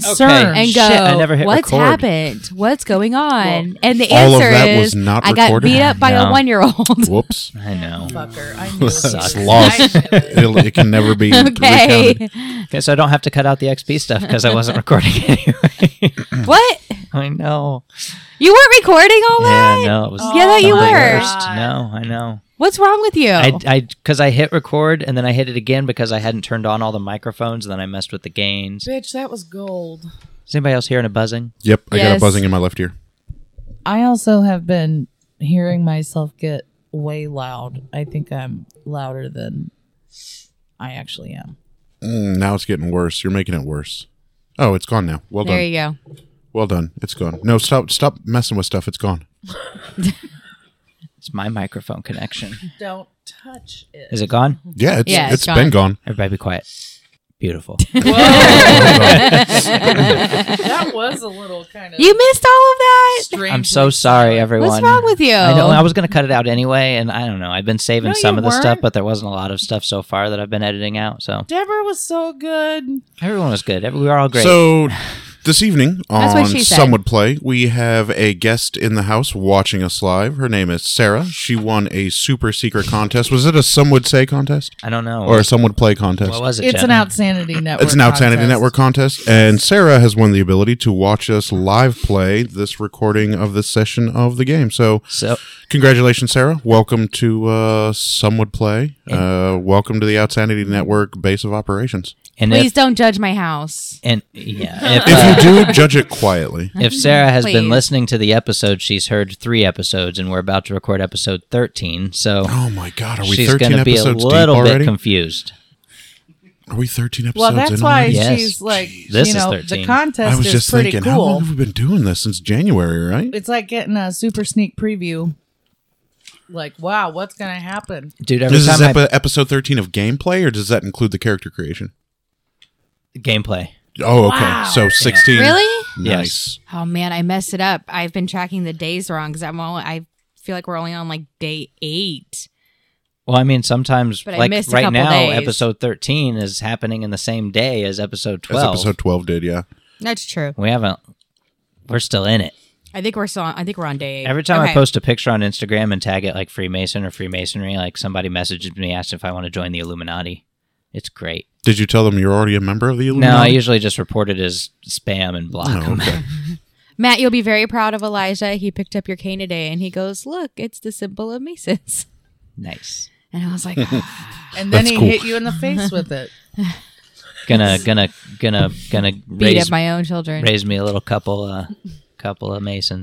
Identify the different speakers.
Speaker 1: concerned and
Speaker 2: Okay.
Speaker 3: and
Speaker 1: go,
Speaker 3: go,
Speaker 2: Shit, I never hit
Speaker 3: what's
Speaker 2: record."
Speaker 3: happened? What's going on? and the
Speaker 4: all of
Speaker 3: answer
Speaker 4: that
Speaker 3: is,
Speaker 4: was not
Speaker 3: I got
Speaker 4: recorded?
Speaker 3: beat up by
Speaker 2: No.
Speaker 3: a one year old.
Speaker 4: Whoops.
Speaker 2: I know.
Speaker 1: fucker. I knew
Speaker 4: It's
Speaker 1: it.
Speaker 4: lost.
Speaker 1: I knew it.
Speaker 4: It'll, it can never be.
Speaker 3: okay.
Speaker 4: recounted.
Speaker 2: Okay, so I don't have to cut out the XP stuff because I wasn't recording anyway.
Speaker 3: what?
Speaker 2: I know.
Speaker 3: You weren't recording all that?
Speaker 2: Yeah, no, it was.
Speaker 1: Oh,
Speaker 3: Yeah, that you
Speaker 2: the
Speaker 1: my
Speaker 3: were. Oh,
Speaker 2: worst.
Speaker 1: God.
Speaker 2: No, I know.
Speaker 3: What's wrong with you?
Speaker 2: I, I, because I hit record and then I hit it again because I hadn't turned on all the microphones and then I messed with the gains.
Speaker 1: Bitch, that was gold.
Speaker 2: Is anybody else hearing a buzzing?
Speaker 4: Yep, I got
Speaker 3: Yes.
Speaker 4: a buzzing in my left ear.
Speaker 1: I also have been hearing myself get way loud. I think I'm louder than I actually am.
Speaker 4: Mm, now it's getting worse. You're making it worse. Oh, it's gone now. Well
Speaker 3: there
Speaker 4: done.
Speaker 3: you go.
Speaker 4: Well done. It's gone. No, stop. Stop messing with stuff. It's gone.
Speaker 2: It's my microphone connection.
Speaker 1: Don't touch it.
Speaker 2: Is it gone?
Speaker 4: Yeah, it's
Speaker 3: Yeah, it's
Speaker 4: it's been gone.
Speaker 2: Everybody be quiet. Beautiful.
Speaker 1: that was a little kind of
Speaker 3: You missed all of that?
Speaker 1: strange.
Speaker 2: I'm so sorry, everyone.
Speaker 3: What's wrong with you?
Speaker 2: I know I was going to cut it out anyway, and I don't know. I've been saving
Speaker 1: No,
Speaker 2: some
Speaker 1: you
Speaker 2: of the stuff,
Speaker 1: weren't.
Speaker 2: but there wasn't a lot of stuff so far that I've been editing out. So
Speaker 1: Deborah was so good.
Speaker 2: everyone was good. Every- We were all great.
Speaker 4: So this evening
Speaker 3: That's what
Speaker 4: on
Speaker 3: she said.
Speaker 4: Some Would Play, we have a guest in the house watching us live. Her name is Sarah. She won a super secret contest. Was it a Some Would Say contest
Speaker 2: I don't know.
Speaker 4: or a Some Would Play contest?
Speaker 2: what was it?
Speaker 1: It's
Speaker 2: Jen?
Speaker 1: an outstanding network.
Speaker 4: It's an Outsanity
Speaker 1: contest.
Speaker 4: Network contest, and Sarah has won the ability to watch us live play this recording of this session of the game. So,
Speaker 2: So
Speaker 4: congratulations, Sarah! Welcome to uh, Some Would Play. Uh, welcome to the Outsanity Network base of operations.
Speaker 2: and
Speaker 3: Please
Speaker 2: if,
Speaker 3: don't judge my house.
Speaker 2: and yeah, if, uh,
Speaker 4: If you do, judge it quietly.
Speaker 2: if Sarah has been
Speaker 3: Please.
Speaker 2: listening to the episode, she's heard three episodes, and we're about to record episode thirteen. So
Speaker 4: Oh my God, are we
Speaker 2: she's going
Speaker 4: thirteen
Speaker 2: to be a
Speaker 4: episodes deep
Speaker 2: little bit
Speaker 4: already?
Speaker 2: confused.
Speaker 4: are we thirteen episodes?
Speaker 1: Well, that's
Speaker 4: in
Speaker 1: why
Speaker 4: already?
Speaker 2: Yes.
Speaker 1: she's like,
Speaker 2: This
Speaker 1: you
Speaker 2: is
Speaker 1: know,
Speaker 2: 13.
Speaker 1: the contest
Speaker 4: I was
Speaker 1: is
Speaker 4: just
Speaker 1: pretty
Speaker 4: thinking, how
Speaker 1: cool.
Speaker 4: long have we been doing this since January? Right?
Speaker 1: it's like getting a super sneak preview. Like, wow, what's gonna happen?
Speaker 2: Dude, every
Speaker 4: This is
Speaker 2: time I
Speaker 4: epi- episode thirteen of gameplay, or does that include the character creation?
Speaker 2: gameplay.
Speaker 4: Oh, okay. So sixteen.
Speaker 3: Really?
Speaker 4: Nice.
Speaker 3: Oh man, I messed it up. I've been tracking the days wrong because I'm only, I feel like we're only on like day eight.
Speaker 2: Well, I mean, sometimes
Speaker 3: But I
Speaker 2: like
Speaker 3: missed a
Speaker 2: right
Speaker 3: couple
Speaker 2: now,
Speaker 3: days.
Speaker 2: episode thirteen is happening in the same day as episode
Speaker 4: As
Speaker 2: twelve.
Speaker 4: episode 12 did, yeah.
Speaker 3: That's true.
Speaker 2: We haven't. We're still in it.
Speaker 3: I think we're still on, I think we're on day eight.
Speaker 2: Every time I
Speaker 3: Okay.
Speaker 2: post a picture on Instagram and tag it like Freemason or Freemasonry, like somebody messages me asked if I want to join the Illuminati. It's great.
Speaker 4: Did you tell them you're already a member of the
Speaker 2: No, I
Speaker 4: Illuminati?
Speaker 2: usually just report it as spam and block
Speaker 4: Oh,
Speaker 2: them.
Speaker 4: okay.
Speaker 3: Matt, you'll be very proud of Elijah. He picked up your cane today and he goes, Look, it's the symbol of Masons.
Speaker 2: nice.
Speaker 3: And I was like,
Speaker 1: And then
Speaker 4: That's
Speaker 1: he
Speaker 4: cool.
Speaker 1: hit you in the face with it.
Speaker 2: Gonna gonna gonna gonna
Speaker 3: beat
Speaker 2: raise
Speaker 3: up my own children.
Speaker 2: raise me a little couple uh couple of Masons.